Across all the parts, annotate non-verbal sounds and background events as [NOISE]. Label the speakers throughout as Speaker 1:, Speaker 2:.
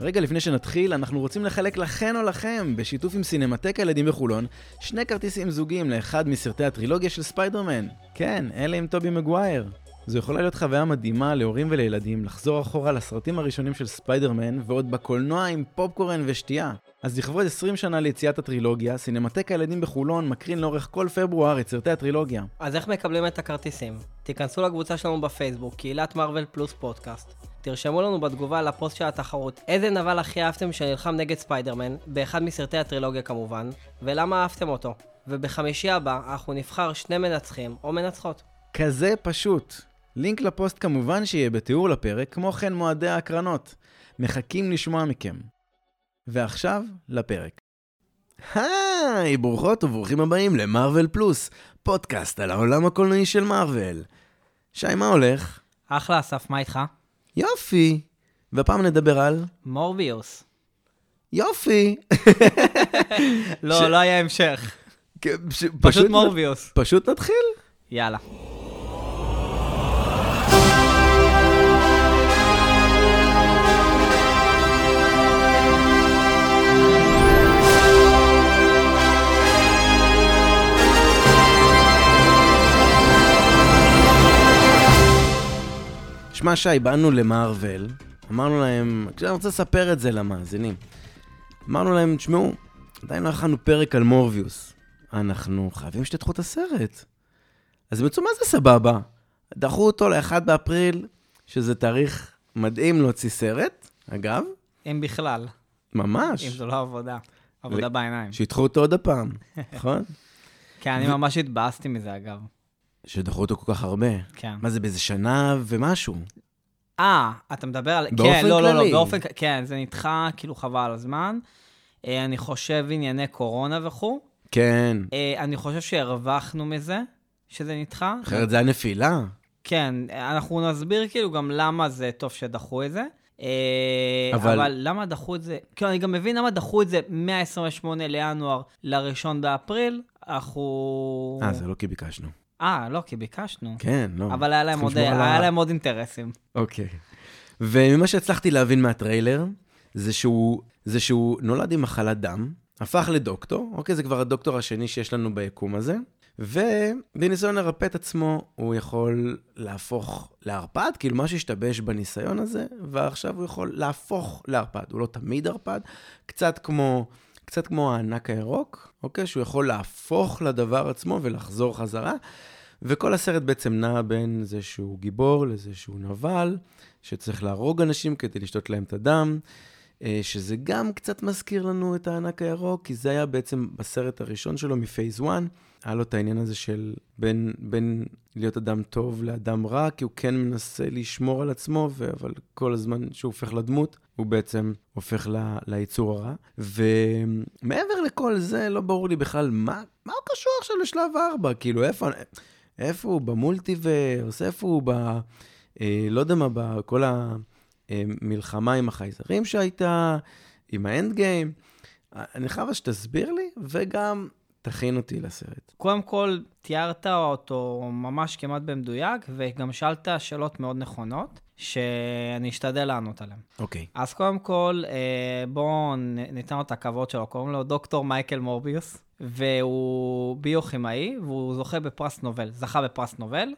Speaker 1: רגע לפני שנתחיל, אנחנו רוצים לחלק לכן או לכם, בשיתוף עם סינמטק הילדים בחולון, שני כרטיסים זוגיים לאחד מסרטי הטרילוגיה של ספיידרמן. כן, אלה עם טובי מגווייר. זו יכולה להיות חוויה מדהימה להורים ולילדים לחזור אחורה לסרטים הראשונים של ספיידרמן, ועוד בקולנוע עם פופקורן ושתייה. אז לכבוד 20 שנה ליציאת הטרילוגיה, סינמטק הילדים בחולון מקרין לאורך כל פברואר את סרטי הטרילוגיה.
Speaker 2: אז איך מקבלים את הכרטיסים? תיכנסו לקבוצה שלנו בפייסבוק, קהילת מרוויל פלוס פודקאסט. תרשמו לנו בתגובה לפוסט של התחרות איזה נבל הכי אהבתם שנלחם נגד ספיידרמן, באחד מסרטי הטרילוגיה כמובן, ולמה אהבתם אותו. ובחמישי הבא אנחנו נבחר שני מנצחים או מנצחות.
Speaker 1: כזה פשוט. לינק לפוסט כמובן שיהיה בתיאור לפרק, כמו כן מועדי ההקרנות. מחכים לשמוע מכם. ועכשיו, לפרק. היי, ברוכות וברוכים הבאים למרוויל פלוס, פודקאסט על העולם הקולנועי של מארוול. שי, מה הולך?
Speaker 2: אחלה אסף, מה איתך?
Speaker 1: יופי. והפעם נדבר על...
Speaker 2: מורביוס.
Speaker 1: יופי.
Speaker 2: לא,
Speaker 1: ש-
Speaker 2: לא היה המשך.
Speaker 1: [LAUGHS] כן, ש-
Speaker 2: פשוט
Speaker 1: נ-
Speaker 2: מורביוס.
Speaker 1: פשוט נתחיל?
Speaker 2: יאללה.
Speaker 1: שמע, שי, באנו למארוול, אמרנו להם, עכשיו אני רוצה לספר את זה למאזינים. אמרנו להם, תשמעו, עדיין לא הכנו פרק על מורביוס. אנחנו חייבים שתדחו את הסרט. אז הם יצאו, מה זה סבבה? דחו אותו ל-1 באפריל, שזה תאריך מדהים להוציא סרט, אגב,
Speaker 3: אם בכלל, אם
Speaker 1: ממש.
Speaker 3: זו לא עבודה. עבודה
Speaker 1: ו-
Speaker 3: בעיניים.
Speaker 1: שידחו אותו עוד הפעם, [LAUGHS] נכון?
Speaker 3: כן, אני ממש התבאסתי מזה, אגב.
Speaker 1: שדחו אותו כל כך הרבה.
Speaker 3: כן.
Speaker 1: מה זה, באיזה שנה ומשהו?
Speaker 3: אה, אתה מדבר על...
Speaker 1: באופן
Speaker 3: כן, לא, לא,
Speaker 1: כללי.
Speaker 3: לא, באופן... כ- כן, זה נדחה, כאילו חבל על הזמן. אה, אני חושב ענייני קורונה וכו'.
Speaker 1: כן,
Speaker 3: אה, אני חושב שהרווחנו מזה, שזה נדחה.
Speaker 1: אחרת זה היה נפילה.
Speaker 3: כן, אנחנו נסביר כאילו גם למה זה טוב שדחו את זה. אה,
Speaker 1: אבל-
Speaker 3: אבל למה דחו את זה? כאילו, אני גם מבין למה דחו את זה מה-28 לינואר לראשון באפריל. אנחנו...
Speaker 1: אה, זה לא כי ביקשנו.
Speaker 3: אה, לא, כי ביקשנו.
Speaker 1: כן, לא.
Speaker 3: אבל היה להם,
Speaker 1: צריכים
Speaker 3: עוד,
Speaker 1: לשמור על ה-
Speaker 3: היה להם עוד אינטרסים.
Speaker 1: אוקיי. וממה שהצלחתי להבין מהטריילר, זה שהוא, זה שהוא נולד עם מחלת דם, הפך לדוקטור, אוקיי, זה כבר הדוקטור השני שיש לנו ביקום הזה, ובניסיון לרפא את עצמו, הוא יכול להפוך לערפד, כאילו מה שהשתבש בניסיון הזה, ועכשיו הוא יכול להפוך לערפד, הוא לא תמיד ערפד, קצת כמו... קצת כמו הענק הירוק, אוקיי? שהוא יכול להפוך לדבר עצמו ולחזור חזרה. וכל הסרט בעצם נע בין זה שהוא גיבור לזה שהוא נבל, שצריך להרוג אנשים כדי לשתות להם את הדם, אה, שזה גם קצת מזכיר לנו את הענק הירוק, כי זה היה בעצם בסרט הראשון שלו מפייס 1, היה לו את העניין הזה של בין, בין להיות אדם טוב לאדם רע, כי הוא כן מנסה לשמור על עצמו, ו- אבל כל הזמן שהוא הופך לדמות, הוא בעצם הופך ל- ליצור הרע. ומעבר לכל זה, לא ברור לי בכלל מה, מה הוא קשור עכשיו לשלב 4, כאילו איפה... איפה הוא? במולטיברס? איפה הוא? ב... אה, לא יודע מה, בכל המלחמה עם החייזרים שהייתה, עם האנד גיים. אני חייב שתסביר לי, וגם תכין אותי לסרט.
Speaker 3: קודם כל, תיארת אותו ממש כמעט במדויק, וגם שאלת שאלות מאוד נכונות, שאני אשתדל לענות עליהן.
Speaker 1: אוקיי.
Speaker 3: אז קודם כל, אה, בואו נ- ניתן לו את הכבוד שלו, קוראים לו דוקטור מייקל מורביוס, והוא ביוכימאי, והוא זוכה בפרס נובל, זכה בפרס נובל,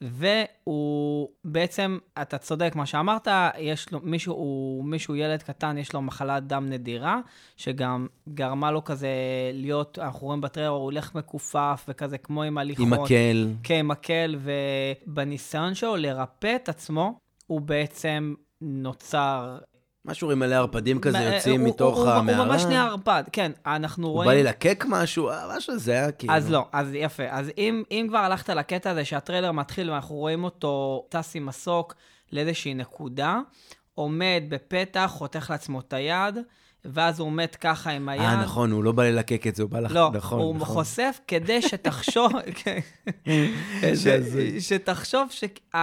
Speaker 3: והוא בעצם, אתה צודק מה שאמרת, יש לו, מישהו, הוא, מישהו ילד קטן, יש לו מחלת דם נדירה, שגם גרמה לו כזה להיות, אנחנו רואים בטרייר, הוא הולך מכופף, וכזה כמו עם הליכות.
Speaker 1: עם מקל.
Speaker 3: כמקל, ובניסיון שלו לרפא את עצמו, הוא בעצם נוצר...
Speaker 1: משהו עם מלא ערפדים כזה
Speaker 3: מה-
Speaker 1: יוצאים
Speaker 3: אה, הוא-
Speaker 1: מתוך
Speaker 3: הוא- הוא-
Speaker 1: המערה.
Speaker 3: הוא ממש נהיה ערפד, כן, אנחנו
Speaker 1: הוא
Speaker 3: רואים...
Speaker 1: בא לי לקק משהו, אה, משהו זה היה כאילו.
Speaker 3: אז לא, אז יפה. אז אם, אם כבר הלכת לקטע הזה שהטריילר מתחיל ואנחנו רואים אותו טס עם מסוק לאיזושהי נקודה, עומד בפתח, חותך לעצמו את היד, ואז הוא מת ככה עם היד.
Speaker 1: אה, נכון, הוא לא בא לי לקק את זה, הוא בא לך...
Speaker 3: לא,
Speaker 1: נכון,
Speaker 3: הוא
Speaker 1: נכון. [LAUGHS]
Speaker 3: חושף כדי שתחשוב, כן, ש-
Speaker 1: איזה הזוי.
Speaker 3: שתחשוב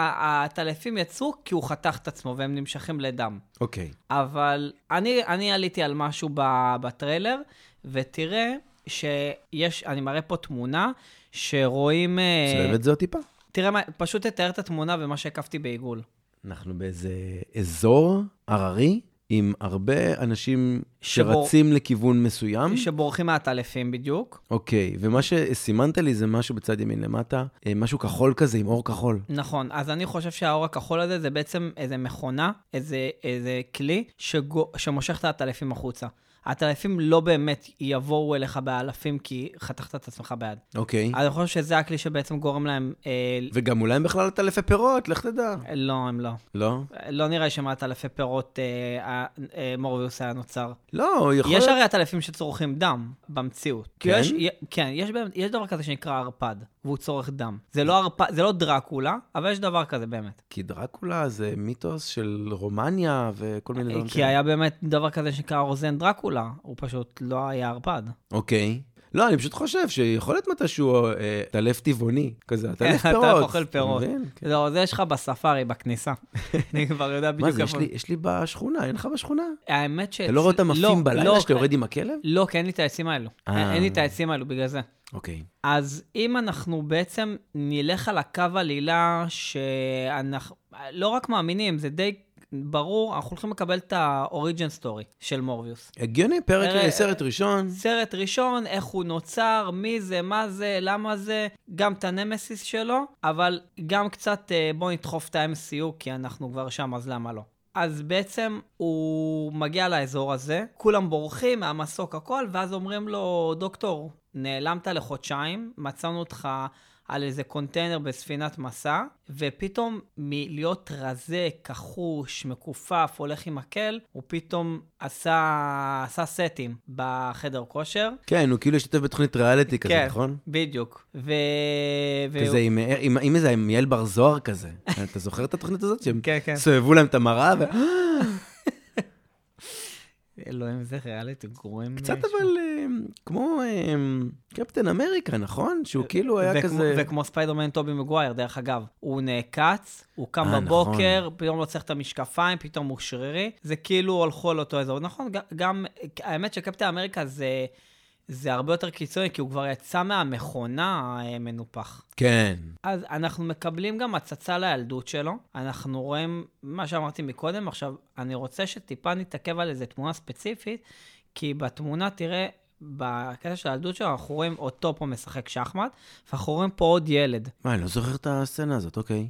Speaker 3: שהטלפים יצאו כי הוא חתך את עצמו והם נמשכים לדם.
Speaker 1: אוקיי.
Speaker 3: אבל אני, אני עליתי על משהו ב- בטריילר, ותראה שיש, אני מראה פה תמונה שרואים... אה,
Speaker 1: סובב את זה עוד טיפה.
Speaker 3: תראה, מה- פשוט תתאר את התמונה ומה שהקפתי בעיגול.
Speaker 1: אנחנו באיזה אזור הררי עם הרבה אנשים
Speaker 3: שבור-
Speaker 1: שרצים לכיוון מסוים.
Speaker 3: שבורחים מהטלפים בדיוק.
Speaker 1: אוקיי, ומה שסימנת לי זה משהו בצד ימין למטה, אה, משהו כחול כזה עם אור כחול.
Speaker 3: נכון, אז אני חושב שהאור הכחול הזה זה בעצם איזה מכונה, איזה, איזה כלי שגו, שמושך את העטלפים החוצה. העטלפים לא באמת יבואו אליך באלפים כי חתכת את עצמך ביד.
Speaker 1: אוקיי.
Speaker 3: אני חושב שזה הכלי שבעצם גורם להם... אה,
Speaker 1: וגם אולי הם בכלל עטלפי פירות, לך תדע.
Speaker 3: לא, הם לא.
Speaker 1: לא?
Speaker 3: לא נראה שמעטלפי פירות אה, אה, אה, מורביוס היה נוצר.
Speaker 1: לא, יכול
Speaker 3: יש
Speaker 1: להיות...
Speaker 3: הרי עטלפים שצורכים דם, במציאות. כאילו, יש, י- כן, יש, באמת- יש דבר כזה שנקרא ערפד, והוא צורך דם. זה לא, ערפ, זה לא דרקולה, אבל יש דבר כזה באמת.
Speaker 1: כי דרקולה זה מיתוס של רומניה וכל מיני דברים
Speaker 3: אה, כי היה באמת דבר כזה שנקרא אורזן דרקולה, הוא פשוט לא היה ערפד.
Speaker 1: אוקיי. לא, אני פשוט חושב שיכול להיות מתישהו אה, טלף טבעוני כזה,
Speaker 3: [LAUGHS]
Speaker 1: טלף
Speaker 3: אתה
Speaker 1: פירות.
Speaker 3: אוכל פירות.
Speaker 1: מבין? כן.
Speaker 3: לא, זה יש לך בספארי,
Speaker 1: [LAUGHS]
Speaker 3: בכניסה. אני כבר יודע בדיוק
Speaker 1: מה זה, יש לי- יש לי בשכונה, אין לך בשכונה?
Speaker 3: האמת ש...
Speaker 1: אתה לא רואה אותם עפים
Speaker 3: לא,
Speaker 1: בלילה שאתה יורד עם הכלב?
Speaker 3: לא, כי אין לי את העצים האלו.
Speaker 1: אה.
Speaker 3: אין לי את העצים האלו, בגלל זה.
Speaker 1: אוקיי.
Speaker 3: אז אם אנחנו בעצם נלך על הקו עלילה שאנחנו לא רק מאמינים, זה די ברור, אנחנו הולכים לקבל את האוריג'ן סטורי של מורביוס.
Speaker 1: הגיוני, פרק
Speaker 3: אה, אה,
Speaker 1: סרט ראשון.
Speaker 3: סרט ראשון, איך הוא נוצר, מי זה, מה זה, למה זה, גם את הנמסיס שלו, אבל גם קצת אה, בוא נדחוף את ה-MCU, כי אנחנו כבר שם, אז למה לא? אז בעצם הוא מגיע לאזור הזה, כולם בורחים מהמסוק הכל, ואז אומרים לו, דוקטור, נעלמת לחודשיים, מצאנו אותך על איזה קונטיינר בספינת מסע, ופתאום מלהיות רזה, כחוש, מכופף, הולך עם מקל, הוא פתאום עשה, עשה סטים בחדר כושר.
Speaker 1: כן, הוא כאילו השתתף בתוכנית ריאליטי כזה,
Speaker 3: כן.
Speaker 1: נכון?
Speaker 3: בדיוק. ו...
Speaker 1: כזה עם- אה, עם עם איזה, עם יעל בר זוהר
Speaker 3: [LAUGHS]
Speaker 1: כזה. אתה זוכר את התוכנית הזאת? שהם
Speaker 3: כן, אה, כן.
Speaker 1: סובבו להם את המראה, ו-
Speaker 3: אלוהים, זה ריאליטי גרועים.
Speaker 1: קצת אבל אה, כמו אה, קפטן אמריקה, נכון? שהוא כאילו היה
Speaker 3: וכמו,
Speaker 1: כזה...
Speaker 3: וכמו ספיידרמן טובי מגווייר, דרך אגב, הוא נעקץ, הוא קם
Speaker 1: אה,
Speaker 3: בבוקר, פתאום לא צריך את המשקפיים, פתאום הוא שרירי, זה כאילו הלכו על אותו אזור. נכון, ג- גם, האמת שקפטן אמריקה זה, זה הרבה יותר קיצוני, כי הוא כבר יצא מהמכונה אה, מנופח.
Speaker 1: כן.
Speaker 3: אז אנחנו מקבלים גם הצצה לילדות שלו. אנחנו רואים מה שאמרתי מקודם. עכשיו, אני רוצה שטיפה נתעכב על איזה תמונה ספציפית, כי בתמונה תראה, בקטע של הילדות שלו, אנחנו רואים אותו פה משחק שחמט, ואנחנו רואים פה עוד ילד.
Speaker 1: מה, אני לא זוכר את הסצנה הזאת, אוקיי.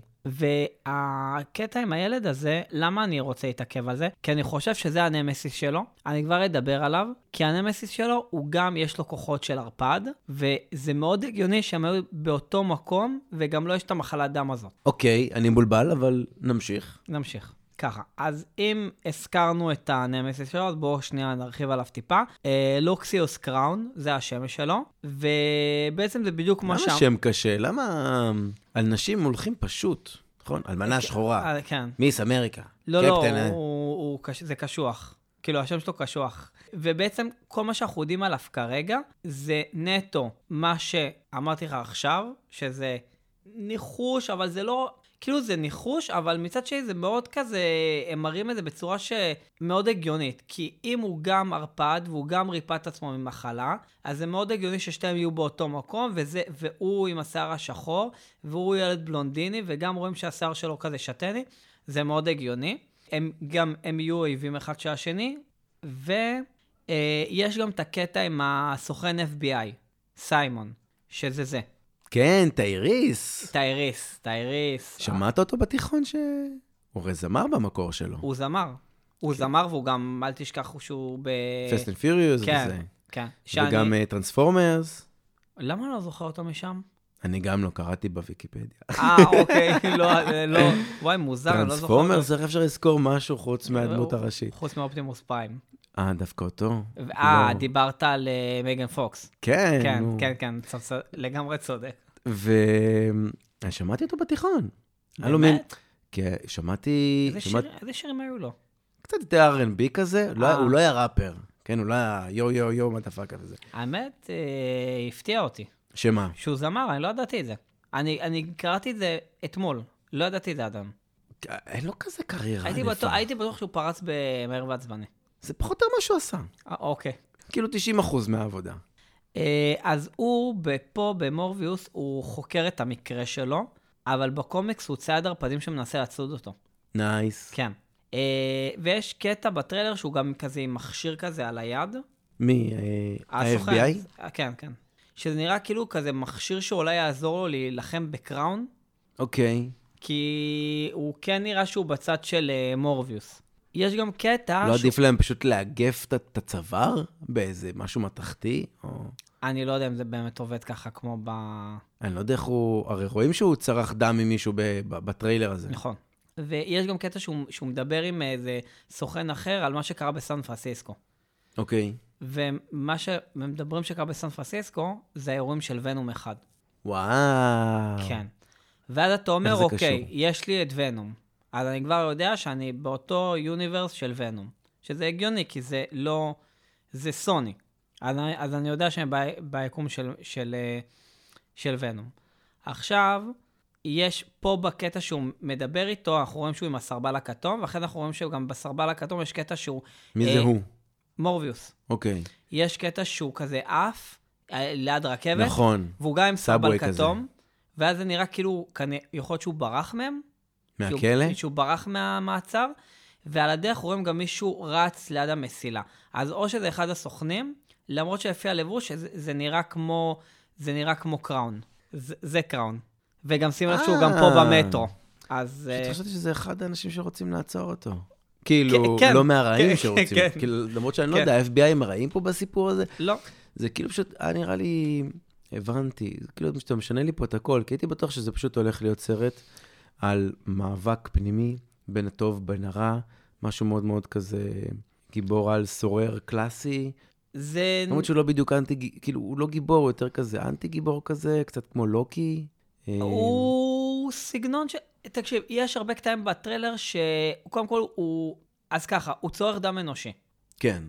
Speaker 3: והקטע עם הילד הזה, למה אני רוצה להתעכב על זה? כי אני חושב שזה הנמסיס שלו, אני כבר אדבר עליו, כי הנמסיס שלו, הוא גם, יש לו כוחות של ערפד, וזה מאוד הגיוני שהם היו באותו מקום, וגם לא יש את המחלת דם הזאת.
Speaker 1: אוקיי, אני מבולבל, אבל נמשיך.
Speaker 3: נמשיך. ככה, אז אם הזכרנו את הנמסיס שלו, אז בואו שנייה נרחיב עליו טיפה. אה, לוקסיוס קראון, זה השם שלו, ובעצם זה בדיוק
Speaker 1: למה
Speaker 3: מה שם.
Speaker 1: שם קשה? למה... אה, על נשים הולכים פשוט, נכון? אלמנה שחורה,
Speaker 3: אה, כן.
Speaker 1: מיס אמריקה,
Speaker 3: לא, לא,
Speaker 1: קפטן, אה?
Speaker 3: הוא, הוא, הוא, קש- זה קשוח. כאילו, השם שלו קשוח. ובעצם, כל מה שאנחנו יודעים עליו כרגע, זה נטו מה שאמרתי לך עכשיו, שזה ניחוש, אבל זה לא... כאילו זה ניחוש, אבל מצד שני זה מאוד כזה, הם מראים את זה בצורה שמאוד הגיונית. כי אם הוא גם ערפד והוא גם ריפא את עצמו ממחלה, אז זה מאוד הגיוני ששתיהם יהיו באותו מקום, וזה, והוא עם השיער השחור, והוא ילד בלונדיני, וגם רואים שהשיער שלו כזה שתני, זה מאוד הגיוני. הם גם, הם יהיו אויבים אחד של השני, ויש גם את הקטע עם הסוכן FBI, סיימון, שזה זה.
Speaker 1: כן, תאיריס.
Speaker 3: טייריס, טייריס.
Speaker 1: שמעת אותו בתיכון ש... הוא הרי זמר במקור שלו.
Speaker 3: הוא זמר.
Speaker 1: כן.
Speaker 3: הוא זמר, והוא גם, אל תשכח שהוא ב...
Speaker 1: פסט אנד פיוריוס
Speaker 3: אה, כן,
Speaker 1: וזה.
Speaker 3: כן. שאני-
Speaker 1: וגם אה, טרנספורמרס.
Speaker 3: למה אני לא זוכר
Speaker 1: [LAUGHS]
Speaker 3: אותו משם?
Speaker 1: אני גם לא קראתי בוויקיפדיה.
Speaker 3: אה, אוקיי, לא, לא, וואי, מוזר, אני לא זוכר. אותו. אה,
Speaker 1: טרנספורמרס, איך אפשר לזכור משהו חוץ מהדמות
Speaker 3: הוא-
Speaker 1: הראשית?
Speaker 3: חוץ מאופטימוס פריים.
Speaker 1: אה, דווקא אותו?
Speaker 3: אה,
Speaker 1: לא.
Speaker 3: דיברת על אה, מייגן פוקס.
Speaker 1: כן,
Speaker 3: כן,
Speaker 1: נו.
Speaker 3: כן, כן, צ- צ- לגמרי צודק.
Speaker 1: ושמעתי אה, אותו בתיכון. היה לו מין...
Speaker 3: באמת?
Speaker 1: כן, שמעתי...
Speaker 3: איזה
Speaker 1: שמעתי
Speaker 3: שיר- איזה שירים היו לו?
Speaker 1: קצת יותר R&B כזה, לא-
Speaker 3: אה.
Speaker 1: הוא לא היה ראפר. כן, הוא לא היה יו יו יו, מה אתה פאק הזה.
Speaker 3: האמת, אה, הפתיע אותי.
Speaker 1: שמה?
Speaker 3: שהוא זמר, אני לא ידעתי את זה. אני, אני קראתי את זה אתמול, לא ידעתי את זה אדם.
Speaker 1: אה, אין לו כזה קריירה
Speaker 3: הייתי
Speaker 1: ענפה.
Speaker 3: בטוח, הייתי בטוח שהוא פרץ במהר ועצבני.
Speaker 1: זה פחות או יותר מה שהוא עשה.
Speaker 3: אה, אוקיי.
Speaker 1: כאילו 90% מהעבודה.
Speaker 3: אה, אז הוא ב- פה, במורביוס, הוא חוקר את המקרה שלו, אבל בקומיקס הוא צייד ערפדים שמנסה לצוד אותו.
Speaker 1: נייס.
Speaker 3: כן. אה, ויש קטע בטריילר שהוא גם כזה עם מכשיר כזה על היד.
Speaker 1: מי? אה,
Speaker 3: הסוכן.
Speaker 1: ה-FBI?
Speaker 3: אה, כן, כן. שזה נראה כאילו כזה מכשיר שאולי יעזור לו להילחם בקראון,
Speaker 1: אוקיי.
Speaker 3: כי הוא כן נראה שהוא בצד של אה, מורביוס. יש גם קטע...
Speaker 1: לא
Speaker 3: אה, שהוא-
Speaker 1: עדיף להם פשוט לאגף את- את הצוואר באיזה משהו מתכתי? או...
Speaker 3: אני לא יודע אם זה באמת עובד ככה כמו ב...
Speaker 1: אני לא יודע איך הוא... הרי רואים שהוא צרח דם ממישהו ב... ב... בטריילר הזה.
Speaker 3: נכון. ויש גם קטע שהוא, שהוא מדבר עם איזה סוכן אחר על מה שקרה בסן פרנסיסקו.
Speaker 1: אוקיי.
Speaker 3: ומה שמדברים שקרה בסן פרנסיסקו, זה האירועים של ונום אחד.
Speaker 1: וואו.
Speaker 3: כן. ואז אתה אומר,
Speaker 1: אה. איך זה
Speaker 3: אוקיי,
Speaker 1: קשור?"
Speaker 3: יש לי את ונום. אז אני כבר יודע שאני באותו יוניברס של ונום. שזה הגיוני, כי זה לא... זה סוני. אז אני, אז אני יודע שהם בי- ביקום של, של, אה, של ונום. עכשיו, יש פה בקטע שהוא מדבר איתו, אנחנו רואים שהוא עם הסרבל הכתום, ואחרי זה אנחנו רואים שגם בסרבל הכתום יש קטע שהוא
Speaker 1: מי זה
Speaker 3: אה,
Speaker 1: הוא?
Speaker 3: מורביוס.
Speaker 1: אוקיי.
Speaker 3: יש קטע שהוא כזה עף אה, ליד רכבת.
Speaker 1: נכון.
Speaker 3: והוא גם עם סרבל
Speaker 1: סאבווי כזה.
Speaker 3: כתום, ואז זה נראה כאילו, כנ- יכול להיות שהוא ברח מהם. שהוא-
Speaker 1: מהכלא?
Speaker 3: שהוא ברח מהמעצר, ועל הדרך רואים גם מישהו רץ ליד המסילה. אז או שזה אחד הסוכנים, למרות שלפי הלבוש זה, זה נראה כמו, זה נראה כמו קראון. זה, זה קראון. וגם שים לב שהוא גם פה
Speaker 1: אה.
Speaker 3: במטרו. אז...
Speaker 1: פשוט
Speaker 3: אה,
Speaker 1: חשבתי שזה אחד האנשים שרוצים לעצור אותו. כאילו,
Speaker 3: כן,
Speaker 1: לא מהרעים
Speaker 3: כן,
Speaker 1: שרוצים.
Speaker 3: כן.
Speaker 1: כאילו, למרות שאני לא
Speaker 3: כן.
Speaker 1: יודע, ה-FBI הם הרעים פה בסיפור הזה?
Speaker 3: לא.
Speaker 1: זה כאילו פשוט, היה נראה לי, הבנתי, זה כאילו שאתה משנה לי פה את הכל, כי הייתי בטוח שזה פשוט הולך להיות סרט על מאבק פנימי בין הטוב בין הרע, משהו מאוד מאוד כזה גיבור על סורר קלאסי,
Speaker 3: זה...
Speaker 1: למרות שהוא לא בדיוק אנטי, גי- כאילו, הוא לא גיבור, הוא יותר כזה אנטי גיבור כזה, קצת כמו לוקי. אה,
Speaker 3: הוא סגנון ש... תקשיב, יש הרבה קטעים בטריילר שקודם כל הוא... אז ככה, הוא צורך דם אנושי.
Speaker 1: כן.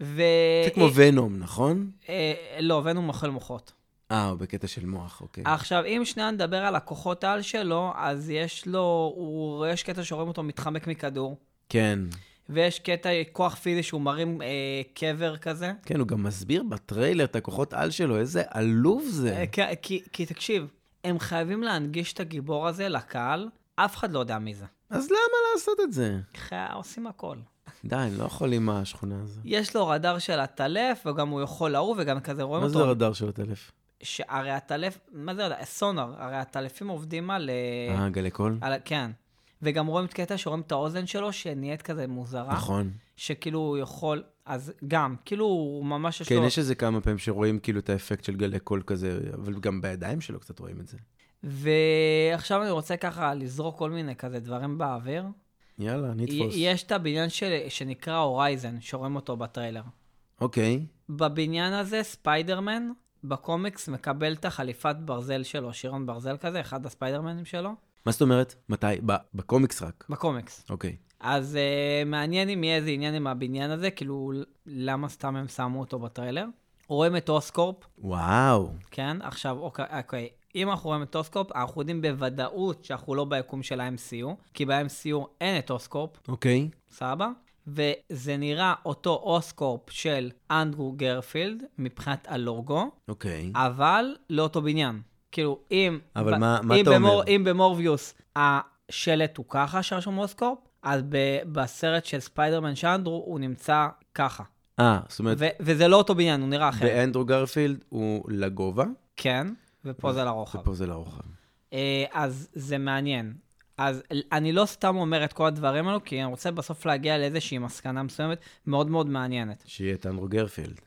Speaker 3: ו...
Speaker 1: זה כמו ונום, נכון?
Speaker 3: אה, לא, ונום אוכל מוחות.
Speaker 1: אה, הוא בקטע של מוח, אוקיי.
Speaker 3: עכשיו, אם שנייה נדבר על הכוחות העל שלו, אז יש לו, הוא, יש קטע שרואים אותו מתחמק מכדור,
Speaker 1: כן.
Speaker 3: ויש קטע כוח פיזי שהוא מרים אה, קבר כזה.
Speaker 1: כן, הוא גם מסביר בטריילר את הכוחות על שלו, איזה עלוב זה.
Speaker 3: אה, כי, כי, כי תקשיב, הם חייבים להנגיש את הגיבור הזה לקהל, אף אחד לא יודע מי זה.
Speaker 1: אז למה לעשות את זה?
Speaker 3: חי- עושים הכל.
Speaker 1: די, אני לא יכול עם השכונה הזו.
Speaker 3: יש לו רדאר של הטלף, וגם הוא יכול לעוף, וגם כזה רואים
Speaker 1: מה
Speaker 3: אותו.
Speaker 1: זה הרדאר של הטלף?
Speaker 3: שהרי הטלף, מה זה רדאר? סונאר, הרי הטלפים עובדים על... אה,
Speaker 1: אה, גלי קול?
Speaker 3: על... ה- כן. וגם רואים את קטע שרואים את האוזן שלו, שנהיית כזה מוזרה.
Speaker 1: נכון.
Speaker 3: שכאילו הוא יכול, אז גם, כאילו הוא ממש יש
Speaker 1: כן,
Speaker 3: לו...
Speaker 1: יש איזה כמה פעמים שרואים כאילו את האפקט של גלי קול כזה, אבל גם בידיים שלו קצת רואים את זה.
Speaker 3: ועכשיו אני רוצה ככה לזרוק כל מיני כזה דברים באוויר.
Speaker 1: יאללה, נתפוס.
Speaker 3: י- יש את הבניין של... שנקרא הורייזן, שרואים אותו בטריילר.
Speaker 1: אוקיי.
Speaker 3: בבניין הזה, ספיידרמן, בקומיקס מקבל את החליפת ברזל שלו, שירון ברזל כזה, אחד הספיידרמנים שלו,
Speaker 1: מה זאת אומרת? מתי? ב- בקומיקס רק.
Speaker 3: בקומיקס.
Speaker 1: אוקיי.
Speaker 3: אז uh, מעניין אם יהיה איזה עניין עם הבניין הזה, כאילו, למה סתם הם שמו אותו בטריילר. רואים את אוסקורפ,
Speaker 1: וואו.
Speaker 3: כן, עכשיו, אוקיי, אוקיי. אם אנחנו רואים את אוסקופ, אנחנו יודעים בוודאות שאנחנו לא ביקום של ה-MCU, כי ב-MCU אין את אוסקופ,
Speaker 1: אוקיי.
Speaker 3: סבבה? וזה נראה אותו אוסקופ של אנדרו גרפילד, מבחינת הלוגו,
Speaker 1: אוקיי. אבל
Speaker 3: אבל לא אותו בניין. כאילו, אם...
Speaker 1: אבל
Speaker 3: ב-
Speaker 1: מה- מה
Speaker 3: אם
Speaker 1: אתה אומר?
Speaker 3: במור- אם במורביוס השלט הוא ככה, שרשום אוסקופ, אז ב- בסרט של ספיידרמן של אנדרו הוא נמצא ככה.
Speaker 1: אה, זאת אומרת,
Speaker 3: ו- וזה לא אותו בניין, הוא נראה אחרת.
Speaker 1: באנדרו גרפילד הוא לגובה,
Speaker 3: כן, ופה זה לרוחב.
Speaker 1: ופה זה לרוחב.
Speaker 3: אה, אז זה מעניין. אז ל- אני לא סתם אומר את כל הדברים האלו, כי אני רוצה בסוף להגיע לאיזושהי מסקנה מסוימת מאוד מאוד מעניינת.
Speaker 1: שיהיה את אנדרו גרפילד.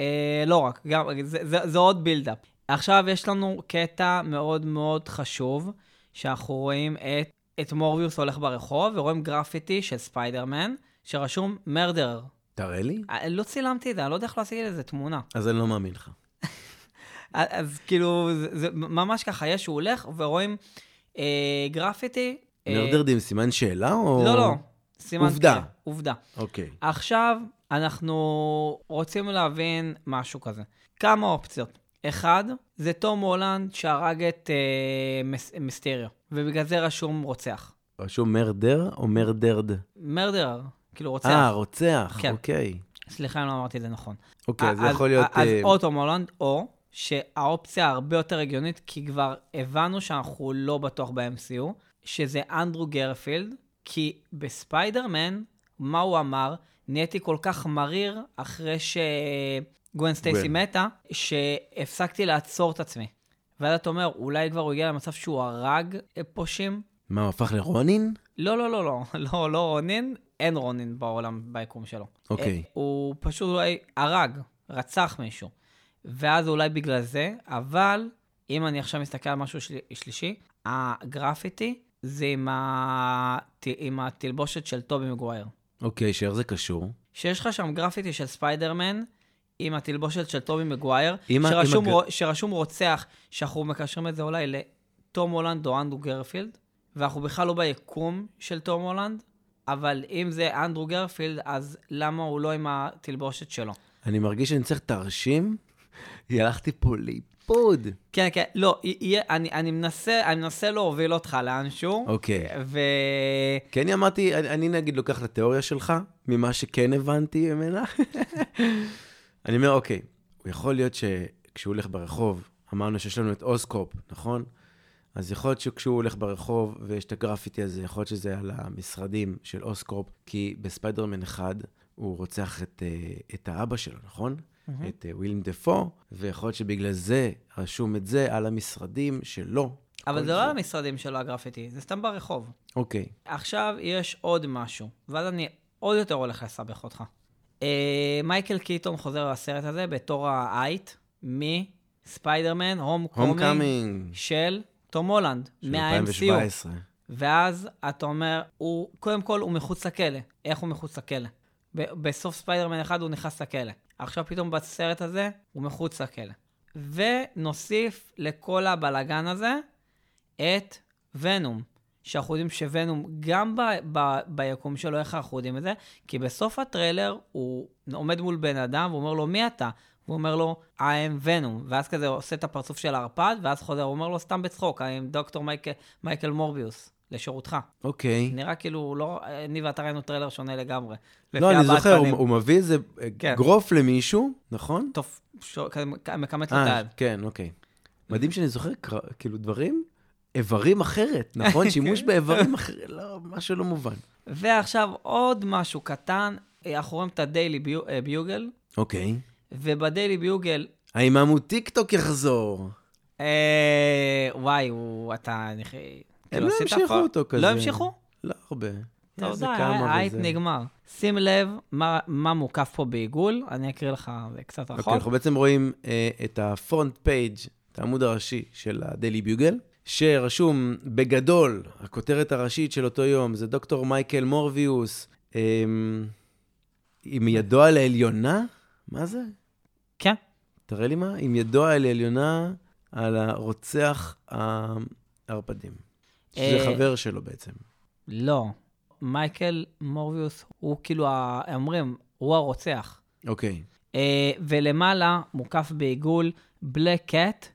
Speaker 3: אה, לא רק, גם, זה, זה, זה עוד בילדאפ. עכשיו יש לנו קטע מאוד מאוד חשוב, שאנחנו רואים את, את מורביוס הולך ברחוב, ורואים גרפיטי של ספיידרמן, שרשום מרדרר.
Speaker 1: תראה לי?
Speaker 3: לא צילמתי את זה, אני לא יודע איך לא עשיתי לזה תמונה.
Speaker 1: אז אני לא מאמין לך.
Speaker 3: אז, אז כאילו, זה, זה ממש ככה, יש, הוא הולך ורואים אה, גרפיטי. אה,
Speaker 1: נרדרדים סימן שאלה או...
Speaker 3: לא, לא. סימן
Speaker 1: עובדה.
Speaker 3: קריאה, עובדה.
Speaker 1: אוקיי.
Speaker 3: עכשיו, אנחנו רוצים להבין משהו כזה. כמה אופציות. אחד, זה תום הולנד שהרג את אה, מס, מיסטריו, ובגלל זה רשום רוצח.
Speaker 1: רשום מרדר או מרדרד?
Speaker 3: מרדרר, כאילו רוצח.
Speaker 1: אה, רוצח,
Speaker 3: כן.
Speaker 1: אוקיי.
Speaker 3: סליחה אם לא אמרתי את זה נכון.
Speaker 1: אוקיי, אז זה יכול להיות...
Speaker 3: אז
Speaker 1: אה,
Speaker 3: או תום הולנד, או שהאופציה הרבה יותר הגיונית, כי כבר הבנו שאנחנו לא בטוח ב-MCU, שזה אנדרו גרפילד, כי בספיידרמן, מה הוא אמר? נהייתי כל כך מריר אחרי שגווין סטייסי
Speaker 1: גוון.
Speaker 3: מתה, שהפסקתי לעצור את עצמי. ואז אתה אומר, אולי כבר הוא הגיע למצב שהוא הרג אה, פושעים?
Speaker 1: מה, הוא הפך לרונין?
Speaker 3: לא, לא, לא, [LAUGHS] לא, לא, לא רונין, אין רונין בעולם, ביקום שלו.
Speaker 1: אוקיי.
Speaker 3: אה, הוא פשוט אולי הרג, רצח מישהו. ואז אולי בגלל זה, אבל אם אני עכשיו מסתכל על משהו של... שלישי, הגרפיטי זה עם, ה... ת- עם התלבושת של טובי מגווייר.
Speaker 1: אוקיי, שאיך זה קשור?
Speaker 3: שיש לך שם גרפיטי של ספיידרמן עם התלבושת של טובי מגווייר,
Speaker 1: עם ה- עם
Speaker 3: שרשום,
Speaker 1: הג-
Speaker 3: רו... שרשום רוצח, שאנחנו מקשרים את זה אולי לתום הולנד או אנדרו גרפילד, ואנחנו בכלל לא ביקום של תום הולנד, אבל אם זה אנדרו גרפילד, אז למה הוא לא עם התלבושת שלו?
Speaker 1: אני מרגיש שאני צריך תרשים? [LAUGHS] הלכתי פה לאיפוד.
Speaker 3: כן, כן, לא, יהיה, אני, אני, מנסה, אני מנסה להוביל אותך לאנשהו,
Speaker 1: אוקיי.
Speaker 3: ו...
Speaker 1: כי אני אמרתי, כן, אני, אני נגיד לוקח את התיאוריה שלך, ממה שכן הבנתי ממנה. [LAUGHS] אני אומר, אוקיי, הוא יכול להיות שכשהוא הולך ברחוב, אמרנו שיש לנו את אוסקופ, נכון? אז יכול להיות שכשהוא הולך ברחוב ויש את הגרפיטי הזה, יכול להיות שזה על המשרדים של אוסקופ, כי בספיידרמן 1 הוא רוצח את, אה, את האבא שלו, נכון?
Speaker 3: מהמם.
Speaker 1: את אה, ווילם דפו, ויכול להיות שבגלל זה רשום את זה על המשרדים שלו.
Speaker 3: אבל
Speaker 1: כל
Speaker 3: זה לא על המשרדים שלו הגרפיטי, זה סתם ברחוב.
Speaker 1: אוקיי,
Speaker 3: עכשיו יש עוד משהו, ואז אני עוד יותר הולך לסבך אותך. אה, מייקל קיטון חוזר לסרט הזה בתור האייט מספיידרמן, הום
Speaker 1: הום
Speaker 3: קומינג
Speaker 1: קאמינג
Speaker 3: של תום הולנד,
Speaker 1: של
Speaker 3: מה-MCU.
Speaker 1: 2017.
Speaker 3: ואז אתה אומר, הוא, קודם כל הוא מחוץ לכלא. איך הוא מחוץ לכלא? ב- בסוף ספיידרמן 1 הוא נכנס לכלא. עכשיו פתאום בסרט הזה הוא מחוץ לכלא. ונוסיף לכל הבלגן הזה את ונום. שאנחנו יודעים שוונום, גם ב- ב- ביקום שלו, איך אנחנו יודעים את זה? כי בסוף הטריילר הוא עומד מול בן אדם והוא אומר לו, מי אתה? והוא אומר לו, I am Venom, ואז כזה עושה את הפרצוף של הערפד, ואז חוזר, הוא אומר לו סתם בצחוק, I am דוקטור מייקל, מייקל מורביוס, לשירותך.
Speaker 1: אוקיי.
Speaker 3: נראה כאילו, לא, אני ואתה ראינו טריילר שונה לגמרי.
Speaker 1: לא,
Speaker 3: לפי
Speaker 1: אני
Speaker 3: הבעת
Speaker 1: זוכר, הוא,
Speaker 3: פנים.
Speaker 1: הוא מביא איזה אה,
Speaker 3: כן.
Speaker 1: גרוף למישהו, נכון?
Speaker 3: טוב, שור- כזה מק- מכמת לו את
Speaker 1: אה,
Speaker 3: היד.
Speaker 1: כן, אוקיי.
Speaker 3: Mm.
Speaker 1: מדהים שאני זוכר קר- כאילו דברים, איברים אחרת,
Speaker 3: [LAUGHS] כן.
Speaker 1: נכון? שימוש באיברים אחרת, לא, משהו לא מובן.
Speaker 3: ועכשיו עוד משהו קטן, אה, אנחנו רואים את הדיילי ביו- אה, ביוגל,
Speaker 1: אוקיי.
Speaker 3: ובדיילי ביוגל,
Speaker 1: האם עמוד טיקטוק יחזור?
Speaker 3: כאילו, אה, וואי, הוא, אתה, אני חי-
Speaker 1: הם
Speaker 3: כאילו,
Speaker 1: לא
Speaker 3: עשית
Speaker 1: המשיכו
Speaker 3: הפרעה.
Speaker 1: אותו כזה.
Speaker 3: לא המשיכו? אה,
Speaker 1: לא הרבה.
Speaker 3: טוב,
Speaker 1: איזה
Speaker 3: די,
Speaker 1: כמה
Speaker 3: האייט
Speaker 1: וזה.
Speaker 3: נגמר. שים לב מה, מה מוקף פה בעיגול, אני אקריא לך, זה קצת
Speaker 1: אוקיי,
Speaker 3: רחוק.
Speaker 1: אנחנו בעצם רואים אה, את הפרונט פייג', את העמוד הראשי של הדיילי ביוגל, שרשום בגדול, הכותרת הראשית של אותו יום זה דוקטור מייקל מורביוס, אה, עם ידו על העליונה? מה זה?
Speaker 3: כן.
Speaker 1: תראה לי מה? עם ידו על העליונה על הרוצח הערפדים. שזה
Speaker 3: אה,
Speaker 1: חבר שלו בעצם.
Speaker 3: לא, מייקל מורביוס הוא כאילו, ה- הם אומרים, הוא הרוצח.
Speaker 1: אוקיי.
Speaker 3: אה, ולמעלה מוקף בעיגול בלק קאט,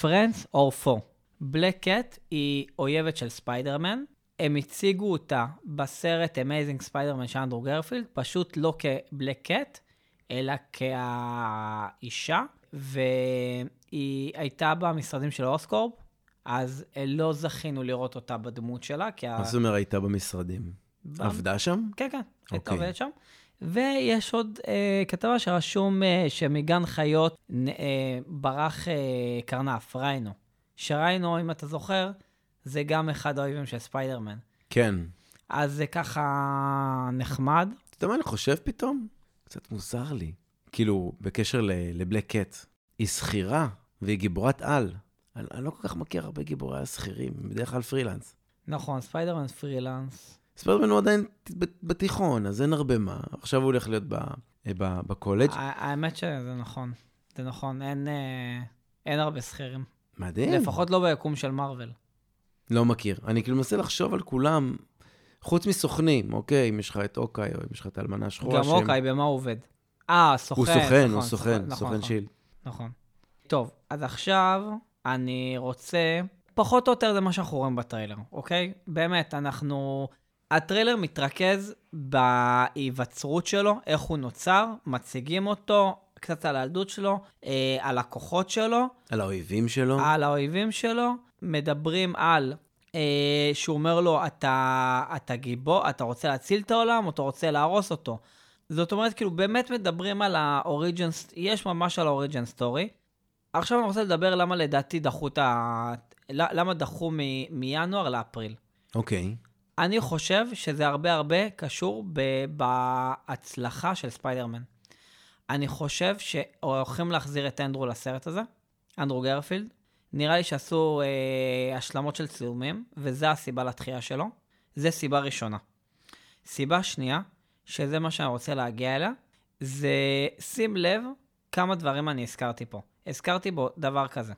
Speaker 3: פרנס אור פו. בלק קאט היא אויבת של ספיידרמן. הם הציגו אותה בסרט אמייזינג ספיידרמן של אנדרו גרפילד, פשוט לא כבלק קאט, אלא כאישה, והיא הייתה במשרדים של אוסקורב, אז אה, לא זכינו לראות אותה בדמות שלה, כי... ה-
Speaker 1: מה זאת אומרת הייתה במשרדים? עבדה שם?
Speaker 3: כן, כן, הייתה
Speaker 1: אוקיי.
Speaker 3: עובדת שם. ויש עוד אה, כתבה שרשום אה, שמגן חיות נ, אה, ברח אה, קרנף, ריינו. שריינו, אם אתה זוכר, זה גם אחד האויבים של ספיידרמן.
Speaker 1: כן.
Speaker 3: אז זה ככה נחמד.
Speaker 1: אתה יודע מה אני חושב פתאום? קצת מוזר לי. כאילו, בקשר ל- לבלק קט, היא שכירה והיא גיבורת על. אני, אני לא כל כך מכיר הרבה גיבורי השכירים, הם בדרך כלל פרילנס.
Speaker 3: נכון, ספיידרמן פרילנס.
Speaker 1: ספיידרמן הוא עדיין ב- בתיכון, אז אין הרבה מה. עכשיו הוא הולך להיות ב, אה, ב, בקולג'.
Speaker 3: ה- האמת שזה נכון, זה נכון, אין, אה, אין הרבה שכירים.
Speaker 1: מדהים.
Speaker 3: לפחות לא ביקום של מארוול.
Speaker 1: לא מכיר. אני כאילו מנסה לחשוב על כולם, חוץ מסוכנים, אוקיי? אם יש לך את אוקיי, או אם יש לך את האלמנה השחורה.
Speaker 3: גם
Speaker 1: שהם-
Speaker 3: אוקיי, במה הוא עובד? אה, סוכן.
Speaker 1: הוא סוכן, הוא
Speaker 3: נכון,
Speaker 1: סוכן,
Speaker 3: נכון,
Speaker 1: סוכן
Speaker 3: נכון.
Speaker 1: שילד.
Speaker 3: נכון. טוב, אז עכשיו אני רוצה, פחות או יותר זה מה שאנחנו רואים בטריילר, אוקיי? באמת, אנחנו... הטריילר מתרכז בהיווצרות שלו, איך הוא נוצר, מציגים אותו, קצת על הילדות שלו, אה, על הכוחות שלו, אה.
Speaker 1: על האויבים שלו.
Speaker 3: על האויבים שלו, מדברים על אה, שהוא אומר לו, אתה, אתה גיבור, אתה רוצה להציל את העולם, או אתה רוצה להרוס אותו. זאת אומרת, כאילו, באמת מדברים על האוריג'ן, יש ממש על האוריג'ן סטורי. עכשיו אני רוצה לדבר למה לדעתי דחו את ה... למה דחו מ... מינואר לאפריל.
Speaker 1: אוקיי.
Speaker 3: אני חושב שזה הרבה הרבה קשור ב... בהצלחה של ספיידרמן. אני חושב שהולכים להחזיר את אנדרו לסרט הזה, אנדרו גרפילד. נראה לי שעשו אה, השלמות של צילומים, וזו הסיבה לתחייה שלו. זו סיבה ראשונה. סיבה שנייה, שזה מה שאני רוצה להגיע אליה, זה שים לב כמה דברים אני הזכרתי פה. הזכרתי בו דבר כזה.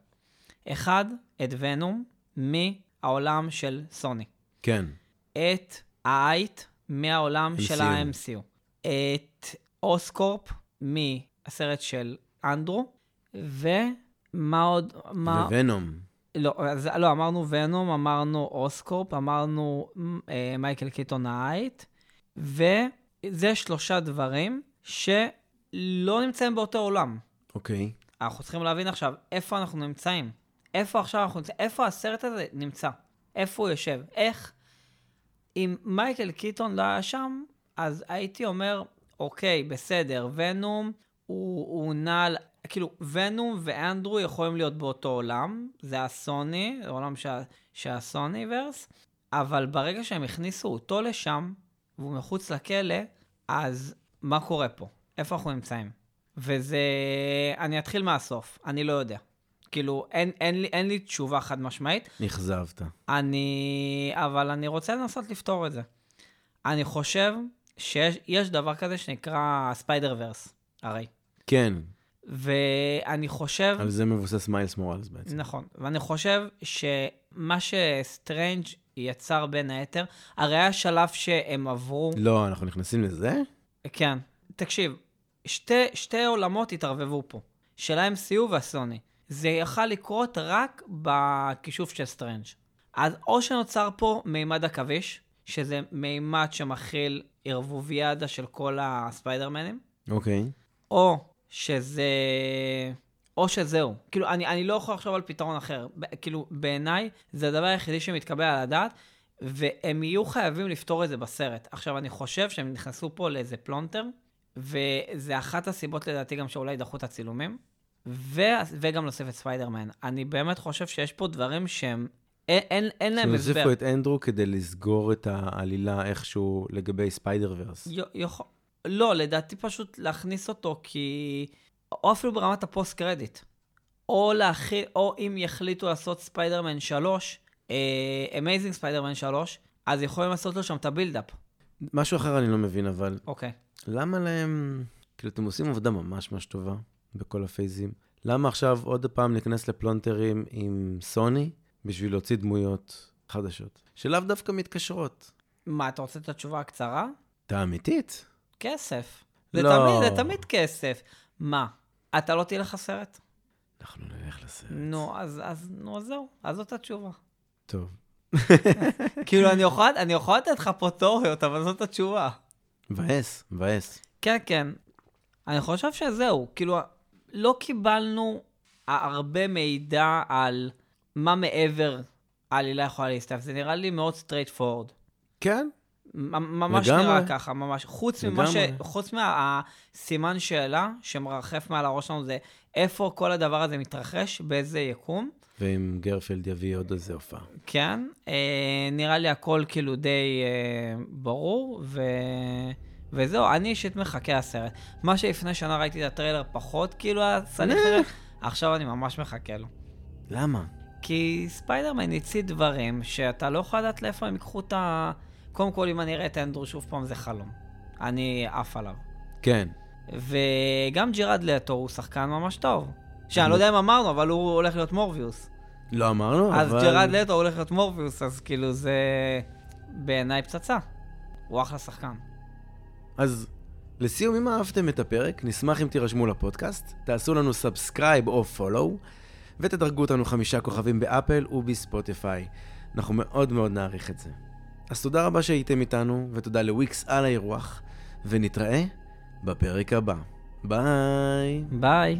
Speaker 3: אחד, את ונום מהעולם של סוני.
Speaker 1: כן.
Speaker 3: את האייט מהעולם של
Speaker 1: MCU.
Speaker 3: ה-MCU. את אוסקורפ מהסרט של אנדרו, ומה עוד? מה...
Speaker 1: וונום.
Speaker 3: לא, אז, לא, אמרנו ונום, אמרנו אוסקורפ, אמרנו מ- אה, מייקל קיטון האייט, וזה שלושה דברים שלא נמצאים באותו עולם.
Speaker 1: אוקיי.
Speaker 3: אנחנו צריכים להבין עכשיו איפה אנחנו נמצאים. איפה עכשיו אנחנו נמצאים, איפה הסרט הזה נמצא? איפה הוא יושב? איך? אם מייקל קיטון לא היה שם, אז הייתי אומר, אוקיי, בסדר, ונום הוא, הוא נע, על- כאילו, ונום ואנדרו יכולים להיות באותו עולם, זה הסוני, זה עולם שה, שהסוניברס, אבל ברגע שהם הכניסו אותו לשם, והוא מחוץ לכלא, אז מה קורה פה? איפה אנחנו נמצאים? וזה... אני אתחיל מהסוף, אני לא יודע. כאילו, אין, אין, לי, אין לי תשובה חד משמעית.
Speaker 1: נכזבת.
Speaker 3: אני... אבל אני רוצה לנסות לפתור את זה. אני חושב שיש יש דבר כזה שנקרא ספיידר ורס, הרי.
Speaker 1: כן,
Speaker 3: ואני חושב...
Speaker 1: על זה מבוסס מיילס מוראלס בעצם.
Speaker 3: נכון. ואני חושב שמה שסטרנג' יצר בין היתר, הרי היה שלב שהם עברו...
Speaker 1: לא, אנחנו נכנסים לזה?
Speaker 3: כן. תקשיב, שתי, שתי עולמות התערבבו פה, של ה-MCU והסוני. זה יכל לקרות רק בכישוף של סטרנג'. אז או שנוצר פה מימד עכביש, שזה מימד שמכיל ערבוביאדה של כל הספיידרמנים,
Speaker 1: אוקיי.
Speaker 3: או שזה... או שזהו. כאילו, אני, אני לא יכול לחשוב על פתרון אחר. ב- כאילו, בעיניי, זה הדבר היחידי שמתקבל על הדעת, והם יהיו חייבים לפתור את זה בסרט. עכשיו, אני חושב שהם נכנסו פה לאיזה פלונטר, וזה אחת הסיבות לדעתי גם שאולי דחו את הצילומים, ו, וגם להוסיף את ספיידרמן. אני באמת חושב שיש פה דברים שהם... אין, אין, אין להם הסבר.
Speaker 1: הוסיפו את אנדרו כדי לסגור את העלילה איכשהו לגבי ספיידר ורס.
Speaker 3: יו- יכול... לא, לדעתי פשוט להכניס אותו כי... או אפילו ברמת הפוסט קרדיט. או להכי... או אם יחליטו לעשות ספיידרמן 3, אמייזינג ספיידרמן 3, אז יכולים לעשות לו שם את הבילדאפ.
Speaker 1: משהו אחר אני לא מבין, אבל
Speaker 3: אוקיי.
Speaker 1: למה להם... כאילו, אתם עושים עבודה ממש ממש טובה בכל הפייזים. למה עכשיו עוד פעם להיכנס לפלונטרים עם סוני בשביל להוציא דמויות חדשות, שלאו דווקא מתקשרות?
Speaker 3: מה, אתה רוצה את התשובה הקצרה?
Speaker 1: אתה אמיתית?
Speaker 3: כסף. זה
Speaker 1: לא.
Speaker 3: תמיד, זה תמיד כסף. מה, אתה לא תלך לסרט?
Speaker 1: אנחנו נלך לסרט.
Speaker 3: נו, אז, אז, נו, אז זהו, אז זאת התשובה.
Speaker 1: טוב.
Speaker 3: כאילו, אני יכול, אני יכול לתת לך פה תיאוריות, אבל זאת התשובה.
Speaker 1: מבאס, מבאס.
Speaker 3: כן, כן. אני חושב שזהו. כאילו, לא קיבלנו הרבה מידע על מה מעבר העלילה יכולה להסתובב. זה נראה לי מאוד סטרייט פורד.
Speaker 1: כן?
Speaker 3: ממש
Speaker 1: לגמרי.
Speaker 3: נראה ככה, ממש. חוץ ממה ש...
Speaker 1: לגמרי.
Speaker 3: חוץ מהסימן שאלה שמרחף מעל הראש שלנו, זה איפה כל הדבר הזה מתרחש, באיזה יקום.
Speaker 1: ואם גרפלד יביא עוד איזה הופעה.
Speaker 3: כן, אה, נראה לי הכל כאילו די אה, ברור, ו... וזהו, אני אישית מחכה לסרט. מה שלפני שנה ראיתי את הטריילר פחות, כאילו היה סליח ערך, עכשיו אני ממש מחכה לו.
Speaker 1: למה?
Speaker 3: כי ספיידרמן הציג דברים שאתה לא יכול לדעת לאיפה הם ייקחו את ה... קודם כל, אם אני אראה את אנדרו שוב פעם, זה חלום. אני עף עליו.
Speaker 1: כן.
Speaker 3: וגם ג'ירד לטו הוא שחקן ממש טוב. שאני לא יודע אם אמרנו, אבל הוא הולך להיות מורביוס.
Speaker 1: לא אמרנו, אבל...
Speaker 3: אז ג'רד לטו הולך להיות מורביוס, אז כאילו זה בעיניי פצצה. הוא אחלה שחקן.
Speaker 1: אז לסיום, אם אהבתם את הפרק, נשמח אם תירשמו לפודקאסט, תעשו לנו סאבסקרייב או פולו, ותדרגו אותנו חמישה כוכבים באפל ובספוטיפיי. אנחנו מאוד מאוד נעריך את זה. אז תודה רבה שהייתם איתנו, ותודה לוויקס על האירוח, ונתראה בפרק הבא. ביי!
Speaker 3: ביי.